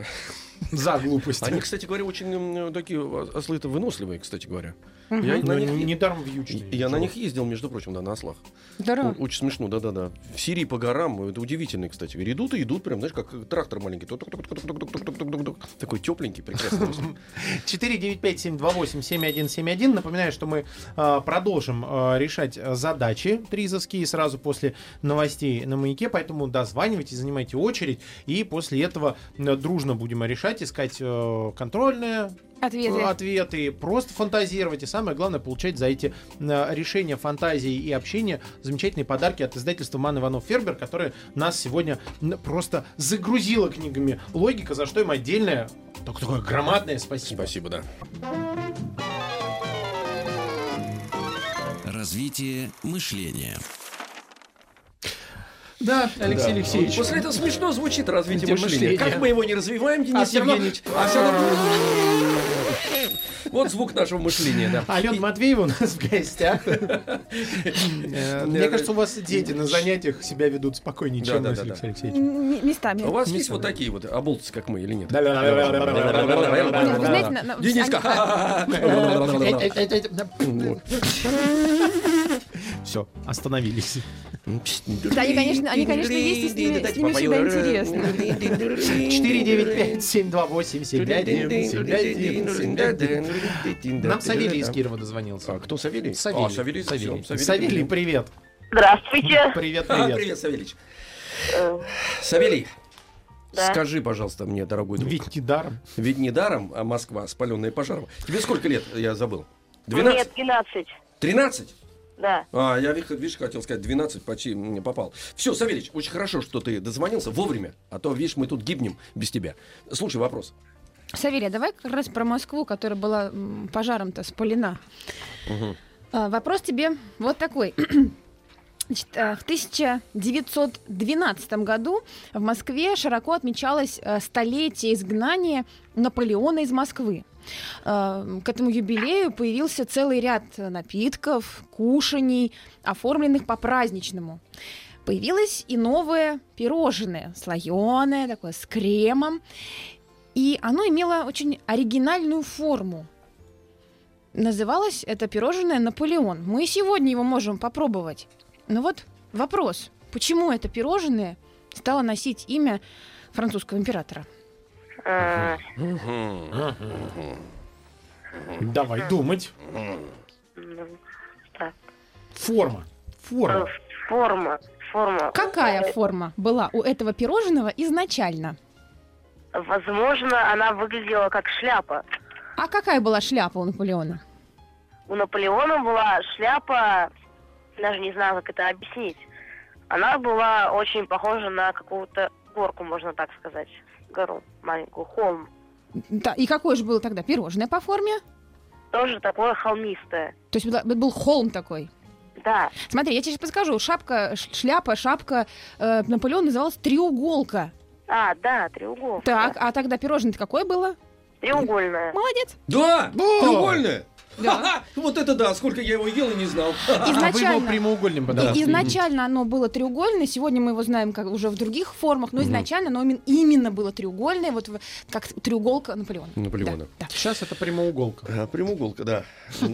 Speaker 3: За глупость.
Speaker 2: Они, кстати говоря, очень м, такие о- ослы-то выносливые, кстати говоря.
Speaker 4: Мгм.
Speaker 2: Я на
Speaker 3: Ну,
Speaker 2: них-
Speaker 3: не- Недаром вьючные.
Speaker 2: Я на них ездил, между прочим, да, на ослах.
Speaker 4: Здорово.
Speaker 2: О- Очень смешно, да-да-да. В Сирии по горам, это удивительно, кстати. Говорят, Идут и идут, прям, знаешь, как трактор маленький. Тук-тук-тук-тук-тук-тук-тук-тук. Такой тепленький, прекрасный.
Speaker 3: 495-728-7171. Напоминаю, что мы э, продолжим э, решать э, задачи тризовские сразу после новостей на маяке, поэтому дозванивайтесь, занимайте очередь, и после этого э, дружно будем решать, искать э, контрольные
Speaker 4: Ответы.
Speaker 2: Ну,
Speaker 3: э, ответы, просто фантазировать, и самое главное, получать за эти э, решения фантазии и общения замечательные подарки от издательства Ман Иванов Фербер, которое нас сегодня м, просто загрузило книгами логика, за что им отдельное, так- такое громадное спасибо.
Speaker 2: Спасибо, да.
Speaker 1: Развитие мышления.
Speaker 3: Да, Алексей Алексеевич.
Speaker 2: После этого смешно звучит развитие
Speaker 3: Тем
Speaker 2: мышления.
Speaker 3: мышления.
Speaker 2: Как мы его не развиваем,
Speaker 3: А
Speaker 2: Денис
Speaker 3: всё
Speaker 2: Евгеньевич, а всё равно- Вот звук нашего мышления, да.
Speaker 3: Алена Матвеева у нас в гостях. Э, Мне кажется, у вас дети на занятиях себя ведут спокойнее, чем
Speaker 2: Да,
Speaker 3: мы
Speaker 2: да,
Speaker 3: с
Speaker 2: да,
Speaker 3: Алексеем Алексеевичем.
Speaker 4: М- м- Местами.
Speaker 2: У вас есть вот такие вот оболтцы, как мы, или нет?
Speaker 4: Нет, вы знаете, на- на-
Speaker 2: Дениска!
Speaker 4: Ань-
Speaker 3: Все, остановились. Ну,
Speaker 4: Да, они, конечно, они, конечно, есть, и с ними, с ними всегда интересно.
Speaker 3: 495-728-7171. Нам Савелий из Кирова
Speaker 2: А
Speaker 3: дозвонился.
Speaker 2: кто Савелий?
Speaker 3: Савелий.
Speaker 2: А, Савелий.
Speaker 3: Савелий.
Speaker 2: всё,
Speaker 3: Савелий, привет.
Speaker 5: Здравствуйте.
Speaker 3: Привет,
Speaker 2: А,
Speaker 3: привет.
Speaker 2: привет, Савельич.
Speaker 5: Э,
Speaker 2: Савелий,
Speaker 5: Да.
Speaker 2: скажи, пожалуйста, мне, дорогой друг,
Speaker 3: Ведь недаром.
Speaker 2: ведь недаром а Москва, спаленная пожаром. Тебе сколько лет? Я забыл.
Speaker 5: Мне
Speaker 2: 12?
Speaker 5: 12.
Speaker 2: 13?
Speaker 5: Да.
Speaker 2: А, я, видишь, видишь, хотел сказать, 12 почти м, попал. Все, Савельич, очень хорошо, что ты дозвонился вовремя, а то, видишь, мы тут гибнем без тебя. Слушай, вопрос.
Speaker 4: Савелий, а давай как раз про Москву, которая была м, пожаром-то спалена. А, Вопрос тебе вот такой. Значит, а, в 1912 году в Москве широко отмечалось а, столетие изгнания Наполеона из Москвы. А, К этому юбилею появился целый ряд а, напитков, кушаний, оформленных по-праздничному. Появилось и новое пирожное, слоеное, такое с кремом. И оно имело очень оригинальную форму. Называлось это пирожное «Наполеон». Мы и сегодня его можем попробовать. Но вот вопрос. Почему это пирожное стало носить имя французского императора?
Speaker 5: Э,
Speaker 3: Давай думать.
Speaker 5: ну, так.
Speaker 3: Форма.
Speaker 5: Э,
Speaker 3: Форма.
Speaker 5: Форма. Форма.
Speaker 4: Какая форма была у этого пирожного изначально?
Speaker 5: Э, Возможно, она выглядела как шляпа.
Speaker 4: А какая была шляпа у Наполеона?
Speaker 5: У Наполеона была шляпа, даже не знаю, как это объяснить. Она была очень похожа на какую-то горку, можно так сказать. Гору маленькую, холм.
Speaker 4: Да, и какое же было тогда пирожное по форме?
Speaker 5: Тоже такое холмистое.
Speaker 4: То есть была- был холм такой.
Speaker 5: Да,
Speaker 4: Смотри, я тебе сейчас подскажу. Шапка, ш- шляпа, шапка э, Наполеона называлась треуголка.
Speaker 5: а, да, треугольная.
Speaker 4: Так, а тогда пирожное-то какое было?
Speaker 5: Треугольная.
Speaker 4: Молодец.
Speaker 2: Да!
Speaker 3: Да!
Speaker 2: Треугольная!
Speaker 4: Да.
Speaker 2: Ха-ха! Вот это да! Сколько я его ел и не знал.
Speaker 3: А вы его
Speaker 4: Изначально.
Speaker 3: прямоугольным
Speaker 4: И-
Speaker 3: подавали.
Speaker 4: Изначально оно было треугольное, сегодня мы его знаем как уже в других формах, но изначально оно имен- именно было треугольное, вот в- как треуголка Наполеона.
Speaker 2: Наполеона.
Speaker 4: Да, да.
Speaker 3: Сейчас это прямоуголка.
Speaker 2: А, Прямоуголка, да. А,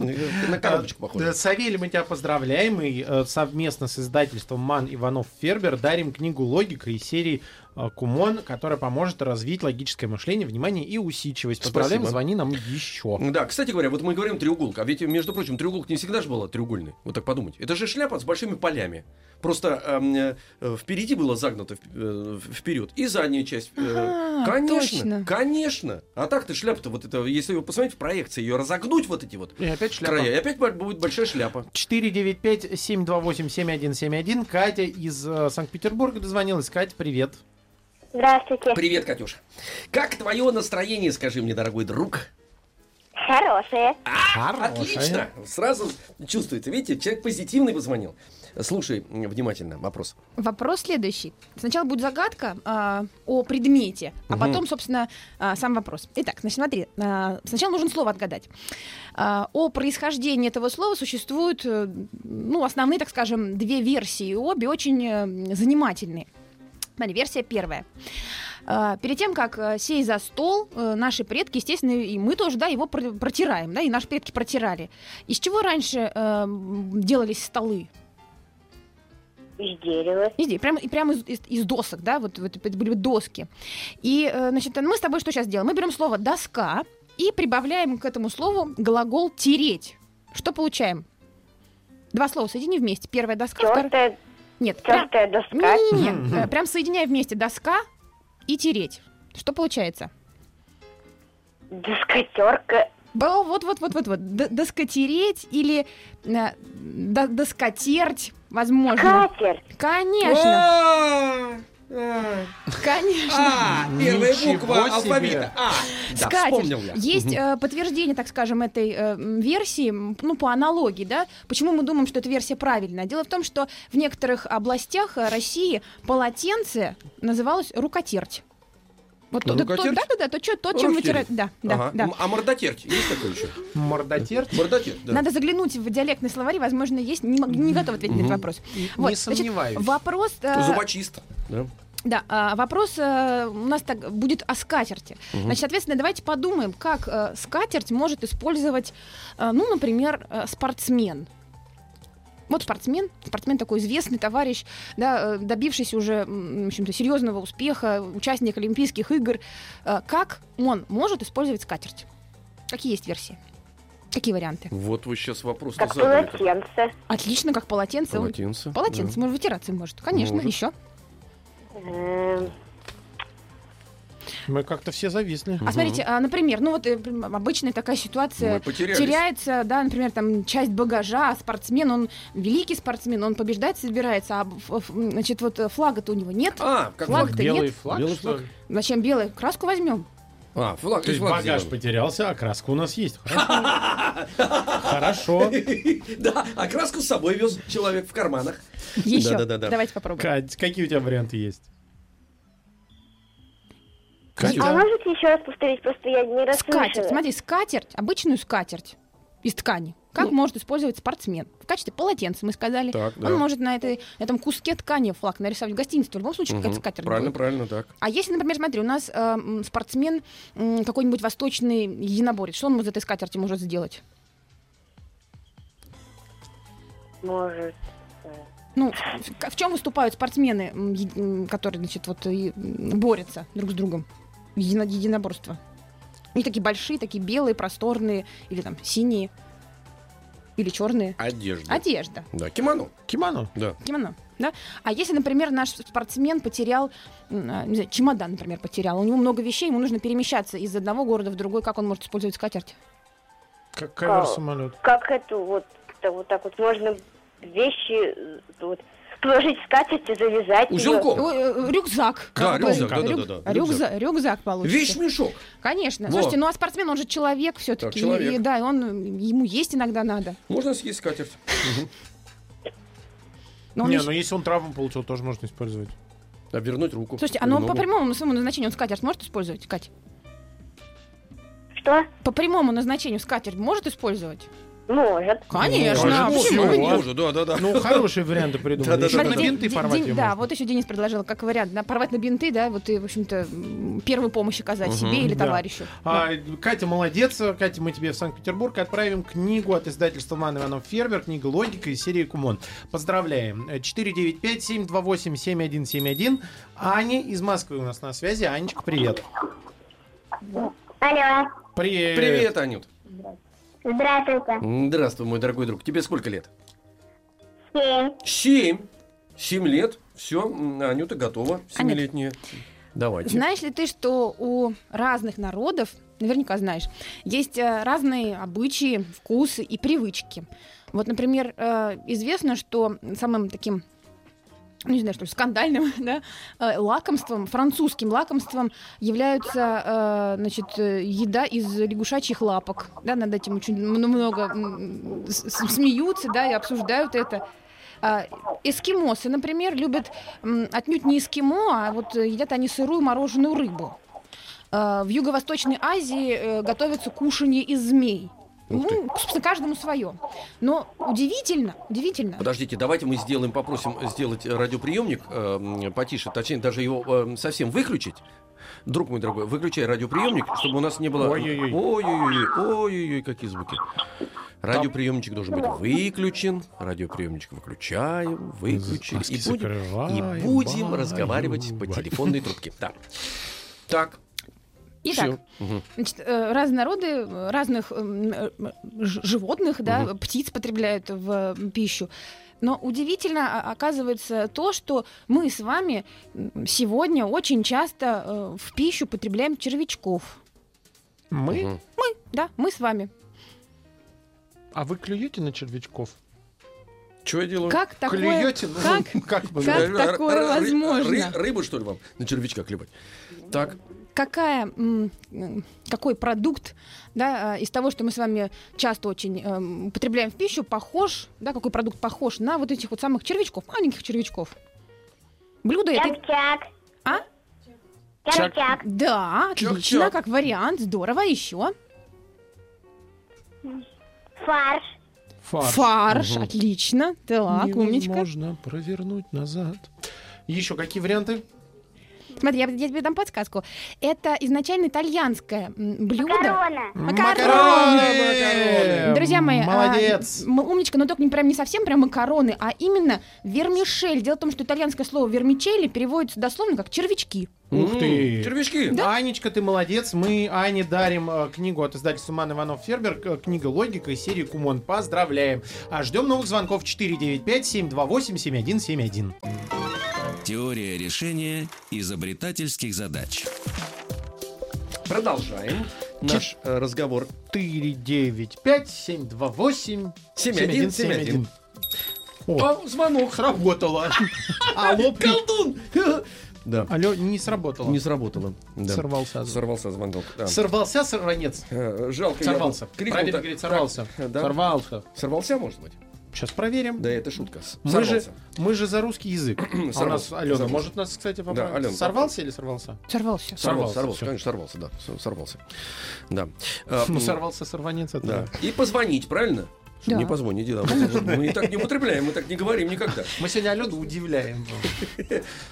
Speaker 2: На коробочку
Speaker 3: Да,
Speaker 2: похоже.
Speaker 3: Э, Савелий, мы тебя э, поздравляем и э, совместно с издательством Ман Иванов Фербер дарим книгу «Логика» из серии э, Кумон, которая поможет развить логическое мышление, внимание и усидчивость. Поздравляем,
Speaker 2: Спасибо.
Speaker 3: звони нам еще.
Speaker 2: Да, кстати говоря, вот мы говорим треуголка, а ведь, между прочим, треуголка не всегда же была треугольной. Вот так подумать. Это же шляпа с большими полями. Просто эм, э, э, впереди было загнуто э, вперед. И задняя часть. э,
Speaker 4: Ага,
Speaker 2: конечно,
Speaker 4: точно.
Speaker 2: конечно. А так-то шляпа-то вот это, если вы посмотрите в проекции, ее разогнуть вот эти вот
Speaker 3: И опять шляпа.
Speaker 2: края, и опять бо- будет большая шляпа.
Speaker 3: 495-728-7171. Катя из э, Санкт-Петербурга дозвонилась. Катя, привет.
Speaker 5: Здравствуйте.
Speaker 2: Привет, Катюша. Как твое настроение, скажи мне, дорогой друг?
Speaker 5: Хорошие.
Speaker 2: Отлично! Сразу чувствуется. Видите, человек позитивный позвонил. Слушай м, внимательно вопрос.
Speaker 4: Вопрос следующий. Сначала будет загадка а, о предмете, а
Speaker 2: Мгм.
Speaker 4: потом, собственно, а, сам вопрос. Итак, значит, смотри, а, сначала нужно слово отгадать. А, о происхождении этого слова существуют, э, ну, основные, так скажем, две версии, и обе очень э, занимательные. Смотри, версия первая. А, Перед тем, как э, сесть за стол, э, наши предки, естественно, и мы тоже, да, его пр- протираем, да, и наши предки протирали. Из чего раньше э, делались столы?
Speaker 5: Из дерева.
Speaker 4: Иди, прямо, и прямо из, из- из досок, да, вот, вот это были доски. И, э, значит, мы с тобой что сейчас делаем? Мы берем слово «доска» и прибавляем к этому слову глагол «тереть». Что получаем? Два слова соедини вместе. Первая доска, вторая...
Speaker 5: Тертая,
Speaker 4: Нет, прям...
Speaker 5: тертая доска.
Speaker 4: Не-не-не, э, прям соединяй вместе «доска» и «тереть». Что получается?
Speaker 5: Доскотерка.
Speaker 4: Ба- Вот, вот, вот, вот, вот. Д- Доскотереть или э, до- доскотерть, возможно.
Speaker 5: Катер.
Speaker 4: Конечно,
Speaker 2: А,
Speaker 4: конечно.
Speaker 2: а, первая
Speaker 3: Ничего
Speaker 2: буква
Speaker 3: себе.
Speaker 2: алфавита. А, да,
Speaker 4: Скатерть.
Speaker 2: вспомнил я.
Speaker 4: Есть
Speaker 2: Мгм.
Speaker 4: э, подтверждение, так скажем, этой э, м, версии, м, ну, по аналогии, да? Почему мы думаем, что эта версия правильная? Дело в том, что в некоторых областях э, России полотенце называлось рукотерть. Вот то, да, то,
Speaker 2: Рукотерть?
Speaker 4: да, да, да, то, чё- то, чем
Speaker 2: Рукотерть.
Speaker 4: вытирают. Да, да,
Speaker 2: Ага.
Speaker 4: да.
Speaker 2: М- А мордотерть есть такое еще?
Speaker 3: Мордотерть.
Speaker 2: Мордотерть, да.
Speaker 4: Надо заглянуть в диалектные словари, возможно, есть. Не, мог- не готов ответить на
Speaker 2: Мгм.
Speaker 4: этот вопрос.
Speaker 3: Не
Speaker 4: Вот, значит,
Speaker 3: сомневаюсь.
Speaker 4: Вопрос. э,
Speaker 2: Зубочист. да.
Speaker 4: Да, а, вопрос э, у нас так будет о скатерти.
Speaker 2: Мгм.
Speaker 4: Значит, соответственно, давайте подумаем, как э, скатерть может использовать, э, ну, например, э, спортсмен. Вот спортсмен, спортсмен такой известный товарищ, да, э, добившийся уже м, в общем-то, серьезного успеха, участник Олимпийских игр. Э, Как он может использовать скатерть? Какие есть версии? Какие варианты?
Speaker 2: Вот вы сейчас вопрос
Speaker 5: Как
Speaker 2: задали.
Speaker 5: полотенце.
Speaker 4: Отлично, как полотенце. он-
Speaker 2: Полотенце.
Speaker 4: Полотенце, может, вытираться может. Конечно,
Speaker 2: Может.
Speaker 4: еще.
Speaker 5: Эм,
Speaker 3: Мы как-то все зависли.
Speaker 4: А смотрите, а, например, ну вот э, прям обычная такая
Speaker 2: Мы
Speaker 4: ситуация.
Speaker 2: потерялись.
Speaker 4: Теряется, да, например, там часть багажа, а спортсмен, он великий спортсмен, он побеждать собирается, а ф- ф- значит, вот э, флага-то у него нет.
Speaker 2: А, как
Speaker 4: Флаг.
Speaker 2: флаг?
Speaker 4: Как-то
Speaker 3: Белый
Speaker 4: нет.
Speaker 3: флаг,
Speaker 2: Белый
Speaker 3: что
Speaker 2: флаг.
Speaker 3: ли?
Speaker 4: Зачем белый? Краску возьмем.
Speaker 2: А, флаг.
Speaker 3: То есть
Speaker 2: флаг
Speaker 3: багаж
Speaker 2: сделан.
Speaker 3: потерялся, а краска у нас есть. Хорошо. Хорошо.
Speaker 2: Да, а краску с собой вез человек в карманах.
Speaker 4: Еще.
Speaker 2: Да-да-да-да.
Speaker 4: Давайте попробуем.
Speaker 3: Кать, какие у тебя варианты есть?
Speaker 5: А
Speaker 3: Да.
Speaker 5: можете еще раз повторить? Просто я не
Speaker 4: Скатерть.
Speaker 5: расслышала.
Speaker 4: Смотри, скатерть, обычную скатерть из ткани. Как может использовать спортсмен? В качестве полотенца, мы сказали.
Speaker 2: Так, да.
Speaker 4: Он может на этой, этом куске ткани флаг нарисовать в гостинице. В любом случае, какая-то
Speaker 2: Мгм.
Speaker 4: скатерть
Speaker 2: Правильно,
Speaker 4: будет.
Speaker 2: правильно, так.
Speaker 4: А если, например, смотри, у нас э, м, спортсмен м, какой-нибудь восточный единоборец, что он из этой скатерти может сделать?
Speaker 5: Может. э,
Speaker 4: Ну, в- в, чем выступают спортсмены, м, е- м, которые, значит, вот и, м, борются друг с другом? Едино- единоборство. Они такие большие, такие белые, просторные, или там синие, или черные.
Speaker 2: Одежда.
Speaker 4: Одежда,
Speaker 2: Да, кимоно.
Speaker 3: Кимоно.
Speaker 2: Да.
Speaker 4: кимоно, да? А если, например, наш спортсмен потерял, м, а, не знаю, чемодан, например, потерял, у него много вещей, ему нужно перемещаться из одного города в другой, как он может использовать скатерть?
Speaker 3: Как кавер самолет.
Speaker 5: Как эту вот, та- вот так вот можно вещи э, вот, положить в скатерть и завязать её.
Speaker 2: Узелком.
Speaker 4: Ой, э, Рюкзак.
Speaker 2: Да,
Speaker 4: Какой?
Speaker 2: рюкзак, да-да-да-да,
Speaker 4: Рюк-
Speaker 2: рюкзак.
Speaker 4: Рюкзак, рюкзак получится.
Speaker 2: Вещь мешок.
Speaker 4: Конечно.
Speaker 2: Во.
Speaker 4: Слушайте, ну а спортсмен, он же человек все-таки.
Speaker 2: Так, человек.
Speaker 4: И, да, и он, ему есть иногда надо.
Speaker 2: Можно съесть скатерть.
Speaker 4: Но он
Speaker 3: Не,
Speaker 4: еще-
Speaker 3: ну если он травму получил, тоже можно использовать.
Speaker 2: Обвернуть руку.
Speaker 4: Слушайте, а ну
Speaker 2: или
Speaker 4: по
Speaker 2: ногу.
Speaker 4: прямому своему назначению он скатерть может использовать, Кать?
Speaker 5: Что?
Speaker 4: По прямому назначению скатерть может использовать?
Speaker 5: Может.
Speaker 4: Конечно,
Speaker 3: Ну, а
Speaker 4: почему
Speaker 3: всё,
Speaker 4: бы нет?
Speaker 2: Можно, да, да, да.
Speaker 3: Ну, хорошие варианты придумали.
Speaker 2: Да-да-да.
Speaker 3: Еще на
Speaker 2: Смотри,
Speaker 3: бинты
Speaker 4: Де-
Speaker 3: порвать
Speaker 4: Ден-
Speaker 3: его
Speaker 4: Да,
Speaker 3: можно.
Speaker 4: вот еще Денис предложил как вариант, да, порвать на бинты, да, вот и, в общем-то, м, первую помощь оказать
Speaker 2: Мгм.
Speaker 4: себе или
Speaker 3: Да.
Speaker 4: товарищу.
Speaker 3: А, Катя молодец. Катя, мы тебе в Санкт-Петербург отправим книгу от издательства Иван Иванов Фермер, книга «Логика» из серии «Кумон». Поздравляем. 495-728-7171. Аня из Москвы у нас на связи. Анечка, привет.
Speaker 6: Алло,
Speaker 3: Привет.
Speaker 2: Привет, Анют.
Speaker 6: здравствуйте.
Speaker 2: Здравствуй, мой дорогой друг. Тебе сколько лет?
Speaker 4: Э,
Speaker 6: Семь.
Speaker 2: Семь. Семь лет. Все, Анюта готова. Семилетняя. Давайте.
Speaker 4: Знаешь ли ты, что у разных народов, наверняка знаешь, есть э, разные обычаи, вкусы и привычки. Вот, например, э, известно, что самым таким ну, не знаю, что ли, скандальным да, э, лакомством, французским лакомством являются, э, значит, э, еда из лягушачьих лапок. Да, над этим очень мно- много м, с- с- смеются, да, и обсуждают это. А, Эскимосы, например, любят м, отнюдь не эскимо, а вот э, едят они сырую мороженую рыбу. А, В Юго-Восточной Азии э, готовятся кушанье из змей.
Speaker 2: Ух ты.
Speaker 4: Ну, собственно, каждому свое. Но удивительно, удивительно.
Speaker 2: Подождите, давайте мы сделаем, попросим сделать э, радиоприемник э, м, потише, точнее, даже его э, совсем выключить. Друг мой дорогой, выключай радиоприемник, чтобы у нас не было...
Speaker 3: Ой-ой-ой.
Speaker 2: Ой-ой-ой, ой-ой-ой, какие звуки. Радиоприемничек должен быть выключен, радиоприемничек выключаем, выключили. И
Speaker 3: Глазки
Speaker 2: будем,
Speaker 3: закрываем,
Speaker 2: и будем
Speaker 3: баю,
Speaker 2: разговаривать по
Speaker 3: баю.
Speaker 2: телефонной трубке. Да. Так,
Speaker 4: Итак,
Speaker 2: всё. Мгм.
Speaker 4: Значит, э, разные народы э, разных эм, э, ж- животных, да, птиц потребляют в э, пищу. Но удивительно а, оказывается то, что мы с вами м, сегодня очень часто э, в пищу потребляем червячков.
Speaker 3: Мы?
Speaker 2: Мгм.
Speaker 4: Да, мы с вами.
Speaker 3: А вы клюете на червячков?
Speaker 2: Что я делаю?
Speaker 4: Как такое?
Speaker 3: Ну, Клюете? Ну,
Speaker 4: Как?
Speaker 3: Как? бы-
Speaker 4: Как
Speaker 2: Э, Р- р-
Speaker 4: такое
Speaker 2: р- ры-
Speaker 4: возможно?
Speaker 2: ры- Рыбу, что ли, вам на червячка клевать? Так,
Speaker 4: Какая, м, м, какой продукт да, э, из того, что мы с вами часто очень эм, употребляем в пищу, похож, да, какой продукт похож на вот этих вот самых червячков, маленьких червячков? Блюдо это...
Speaker 6: Чак-чак.
Speaker 4: А?
Speaker 6: Чак-чак.
Speaker 4: Да, отлично,
Speaker 2: Чак-чак.
Speaker 4: как вариант, здорово, еще.
Speaker 6: Фарш.
Speaker 4: Фарш,
Speaker 2: Мгм.
Speaker 4: отлично, так, умничка.
Speaker 3: Можно провернуть назад. Еще какие варианты?
Speaker 4: Смотри, я, я тебе дам подсказку. Это изначально итальянское м, блюдо.
Speaker 6: Корона.
Speaker 3: Макароны!
Speaker 4: Друзья мои, а,
Speaker 3: Молодец!
Speaker 4: м, умничка, но только не прям не совсем прям макароны, а именно вермишель. Дело в том, что итальянское слово вермичели переводится дословно как червячки.
Speaker 3: Ух ты!
Speaker 2: М, Червячки!
Speaker 3: Анечка, ты молодец. Мы Ане дарим э, книгу от издательства Ман Иванов Фербер. к- э, Книга «Логика» из серии «Кумон». Поздравляем. А ждем новых звонков 495-728-7171.
Speaker 1: Теория решения изобретательских задач.
Speaker 2: Продолжаем наш э, разговор.
Speaker 3: 495-728-7171. О,
Speaker 2: О, А, звонок.
Speaker 3: сработало. Алло, при-
Speaker 2: Колдун! Да.
Speaker 3: Алло, не сработало.
Speaker 2: Не сработало. Да.
Speaker 3: Сорвался.
Speaker 2: Сорвался звонок. да.
Speaker 3: Сорвался сорванец.
Speaker 2: Э, Жалко. я
Speaker 3: Сорвался.
Speaker 2: крикнул
Speaker 3: Правильно
Speaker 2: так.
Speaker 3: говорит, сорвался.
Speaker 2: Так, да.
Speaker 3: Сорвался.
Speaker 2: Сорвался, может быть?
Speaker 3: Сейчас проверим.
Speaker 2: Да, это шутка.
Speaker 3: Мы же,
Speaker 2: Сорвался.
Speaker 3: мы же за русский язык. А у нас
Speaker 2: Сорвался.
Speaker 3: Алена,
Speaker 2: Сорвался.
Speaker 3: может нас, кстати, поправить?
Speaker 2: Да, Алена,
Speaker 3: сорвался или сорвался?
Speaker 4: Сорвался.
Speaker 2: Сорвался,
Speaker 3: Сорвался,
Speaker 2: сорвался,
Speaker 3: всё.
Speaker 2: конечно, сорвался, да, с- сорвался. Да. А,
Speaker 3: Ну,
Speaker 2: м,
Speaker 3: сорвался сорванец. Это...
Speaker 2: Да. И позвонить, правильно?
Speaker 4: Да.
Speaker 2: Не позвонить, да. Мы мы так не употребляем, мы так не говорим никогда.
Speaker 3: Мы сегодня Алену удивляем.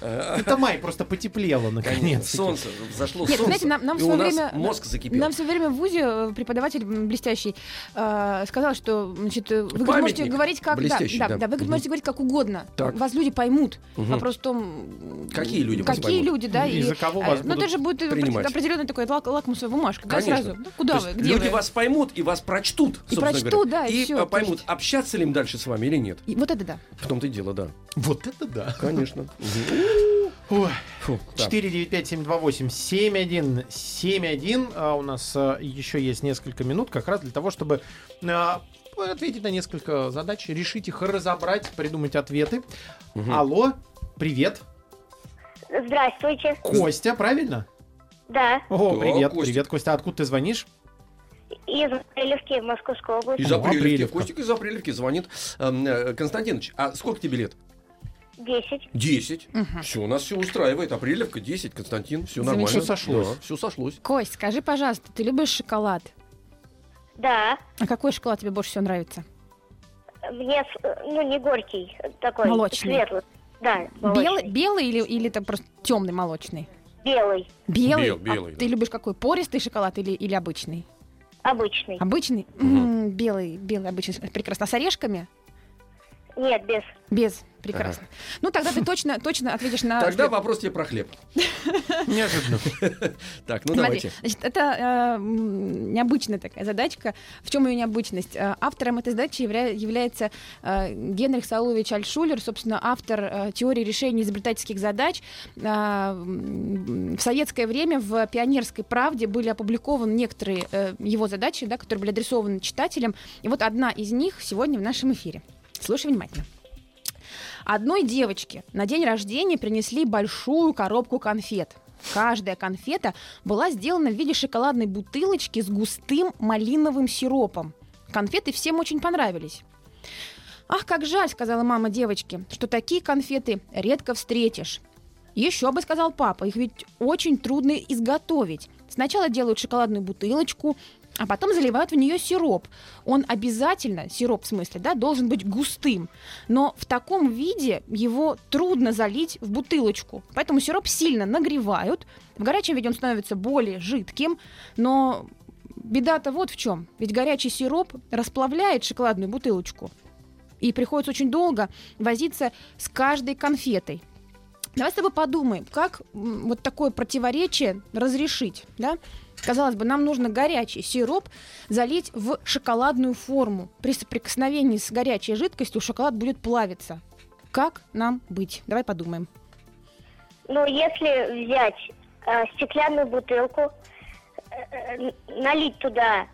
Speaker 3: Это май просто потеплело наконец.
Speaker 2: Солнце, зашло
Speaker 4: Нет,
Speaker 2: солнце.
Speaker 4: знаете, нам- нам
Speaker 2: и
Speaker 4: в своё
Speaker 2: у нас
Speaker 4: время- э,
Speaker 2: мозг закипел.
Speaker 4: Нам все время в ВУЗе э, преподаватель м, блестящий э, сказал, что значит, э, вы говорит,
Speaker 2: Памятник
Speaker 4: можете говорить как да,
Speaker 2: блестящий,
Speaker 4: да,
Speaker 2: да.
Speaker 4: да, вы говорит,
Speaker 2: Мгм.
Speaker 4: можете говорить как угодно.
Speaker 2: Так.
Speaker 4: Вас люди поймут.
Speaker 2: Мгм.
Speaker 4: Вопрос в том, м,
Speaker 2: Какие люди вас
Speaker 4: какие
Speaker 2: поймут?
Speaker 4: люди, да,
Speaker 3: И за кого
Speaker 4: э,
Speaker 3: вас
Speaker 4: Ну,
Speaker 3: будут
Speaker 4: даже будет
Speaker 2: принимать?
Speaker 4: определенная такая лак- лакмусовая бумажка,
Speaker 2: Конечно.
Speaker 4: да, сразу. Ну, куда
Speaker 2: То
Speaker 4: вы?
Speaker 2: есть
Speaker 4: Где
Speaker 2: люди
Speaker 4: вы?
Speaker 2: вас поймут и вас прочтут,
Speaker 4: И
Speaker 2: собственно
Speaker 4: прочтут,
Speaker 2: говоря.
Speaker 4: да, и
Speaker 2: и
Speaker 4: всё,
Speaker 2: э,
Speaker 4: то
Speaker 2: поймут,
Speaker 4: есть-
Speaker 2: общаться ли им дальше с вами или нет.
Speaker 4: И вот это да.
Speaker 2: В том-то и дело, да.
Speaker 3: Вот это да.
Speaker 2: Конечно.
Speaker 3: Ой.
Speaker 2: Фу, да.
Speaker 3: 495-728-7171. А у нас а, еще есть несколько минут как раз для того, чтобы а, ответить на несколько задач, решить их, разобрать, придумать ответы. Алло, привет.
Speaker 5: Здравствуйте.
Speaker 3: Костя, правильно?
Speaker 5: Да,
Speaker 3: О,
Speaker 2: Да,
Speaker 3: привет,
Speaker 2: Костя.
Speaker 3: привет, Костя. Откуда ты звонишь?
Speaker 5: из Апрелевки, Московской области.
Speaker 2: Из
Speaker 3: Ну,
Speaker 2: Апрелевки.
Speaker 3: Апрелевка.
Speaker 2: Костик из Апрелевки звонит. Эм, э, Константинович, а сколько тебе лет?
Speaker 5: 10.
Speaker 2: 10.
Speaker 4: Мгм.
Speaker 2: Все, у нас все устраивает. Апрелевка, 10, Константин, все
Speaker 4: Замечательно.
Speaker 2: нормально.
Speaker 3: Всё сошлось.
Speaker 2: все сошлось.
Speaker 4: Кость, скажи, пожалуйста, ты любишь шоколад?
Speaker 5: Да.
Speaker 4: А какой шоколад тебе больше всего нравится?
Speaker 5: Мне, с- ну, не горький, э, такой
Speaker 4: Молочный.
Speaker 5: светлый. Да,
Speaker 4: Белый,
Speaker 5: молочный.
Speaker 4: белый или, или это просто темный молочный?
Speaker 5: Белый,
Speaker 4: Белый?
Speaker 2: Бел- белый,
Speaker 4: А ты
Speaker 2: да.
Speaker 4: любишь какой? Пористый шоколад или, или обычный?
Speaker 5: обычный.
Speaker 4: Обычный? М, белый, белый, обычный. Прекрасно. А с орешками? А-
Speaker 5: Нет, без.
Speaker 4: Без. Прекрасно. Ну, тогда ты точно, точно ответишь на...
Speaker 2: Тогда вопрос тебе про хлеб.
Speaker 3: Неожиданно.
Speaker 2: Так, ну
Speaker 4: Смотри,
Speaker 2: давайте.
Speaker 4: значит, это э, м, необычная такая задачка. В чем ее необычность? Э, Автором этой задачи явля- является э, Генрих Саулович Альшулер, собственно, автор э, теории решения изобретательских задач. Э, м, в советское время в «Пионерской правде» были опубликованы некоторые э, его задачи, да, которые были адресованы читателям. И вот одна из них сегодня в нашем эфире. Слушай внимательно. Одной девочке на день рождения принесли большую коробку конфет. Каждая конфета была сделана в виде шоколадной бутылочки с густым малиновым сиропом. Конфеты всем очень понравились. «Ах, как жаль», — сказала мама девочки, — «что такие конфеты редко встретишь». «Еще бы», — сказал папа, — «их ведь очень трудно изготовить. Сначала делают шоколадную бутылочку, а потом заливают в нее сироп. Он обязательно, сироп в смысле, да, должен быть густым. Но в таком виде его трудно залить в бутылочку. Поэтому сироп сильно нагревают. В горячем виде он становится более жидким. Но беда-то вот в чем. Ведь горячий сироп расплавляет шоколадную бутылочку. И приходится очень долго возиться с каждой конфетой. Давай с тобой подумаем, как м, вот такое противоречие разрешить, да? Казалось бы, нам нужно горячий сироп залить в шоколадную форму. При соприкосновении с горячей жидкостью шоколад будет плавиться. Как нам быть? Давай подумаем.
Speaker 5: Ну, если взять э, стеклянную бутылку, э, э, налить туда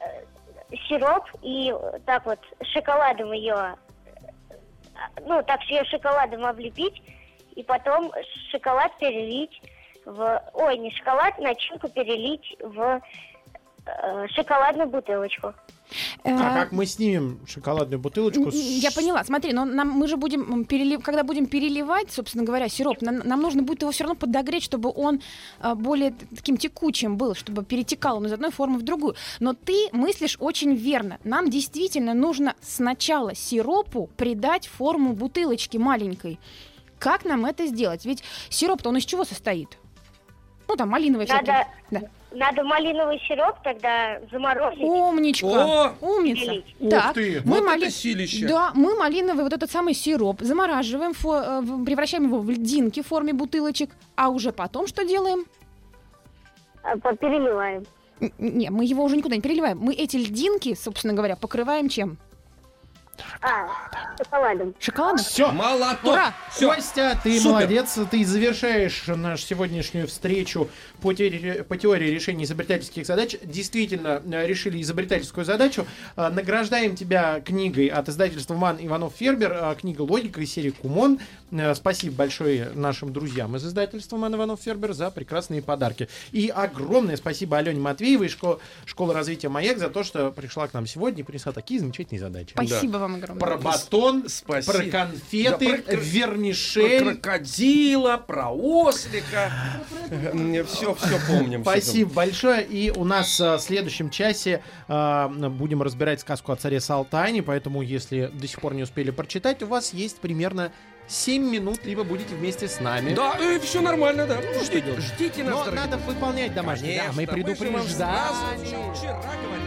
Speaker 5: э, сироп и так вот шоколадом ее, э, ну, так ее шоколадом облепить, и потом шоколад перелить в... Ой, не шоколад, начинку перелить в э, шоколадную бутылочку.
Speaker 3: А
Speaker 4: Э,
Speaker 3: как мы снимем шоколадную бутылочку? с-
Speaker 4: Я поняла. Смотри, но нам, мы же будем м, перелив, когда будем переливать, собственно говоря, сироп, нам, нам нужно будет его все равно подогреть, чтобы он а, более т- таким текучим был, чтобы перетекал он из одной формы в другую. Но ты мыслишь очень верно. Нам действительно нужно сначала сиропу придать форму бутылочки маленькой. Как нам это сделать? Ведь сироп-то он из чего состоит? Ну там малиновый
Speaker 5: Надо,
Speaker 4: Да.
Speaker 5: надо малиновый сироп тогда заморозить.
Speaker 4: Умничка.
Speaker 2: О!
Speaker 4: Умница.
Speaker 3: Ух
Speaker 4: так,
Speaker 3: ты,
Speaker 4: мы
Speaker 2: вот
Speaker 4: мали-
Speaker 2: это силище.
Speaker 4: Да, мы малиновый вот этот самый сироп замораживаем, фо- э, в- превращаем его в льдинки в форме бутылочек, а уже потом что делаем?
Speaker 5: А, по- Переливаем.
Speaker 4: Н- Не, мы его уже никуда не переливаем. Мы эти льдинки, собственно говоря, покрываем чем?
Speaker 5: А, шоколадом.
Speaker 4: Шоколадом?
Speaker 3: Все,
Speaker 2: Молоток!
Speaker 4: Ура!
Speaker 2: Всё.
Speaker 3: Костя, ты
Speaker 2: Супер.
Speaker 3: молодец, ты завершаешь нашу сегодняшнюю встречу по, теоре- по теории решения изобретательских задач. Действительно, э, решили изобретательскую задачу. Э, Награждаем тебя книгой от издательства «Ман Иванов Фербер», э, книга «Логика» из серии «Кумон». Э, Спасибо большое нашим друзьям из издательства «Ман Иванов Фербер» за прекрасные подарки. И огромное спасибо Алене Матвеевой, школе школы развития «Маяк» за то, что пришла к нам сегодня и принесла такие замечательные задачи.
Speaker 4: Спасибо вам огромное.
Speaker 3: Про батон,
Speaker 2: Спаси-
Speaker 3: про конфеты,
Speaker 2: Да, про кр-
Speaker 3: вермишель.
Speaker 2: Про крокодила, про ослика. Все, все помним. всё
Speaker 3: Спасибо большое. И у нас а, в следующем часе а, будем разбирать сказку о царе Салтане, поэтому если до сих пор не успели прочитать, у вас есть примерно 7 минут, либо будете вместе с нами.
Speaker 2: помним. Да, все нормально, да. Ну, Ждите,
Speaker 3: делать?
Speaker 2: ждите нас,
Speaker 3: Но
Speaker 2: дорогие.
Speaker 3: надо выполнять домашние. Ну, Да,
Speaker 2: Конечно,
Speaker 3: мы
Speaker 2: же вам
Speaker 3: предупреждали.
Speaker 2: сразу же вчера говорили.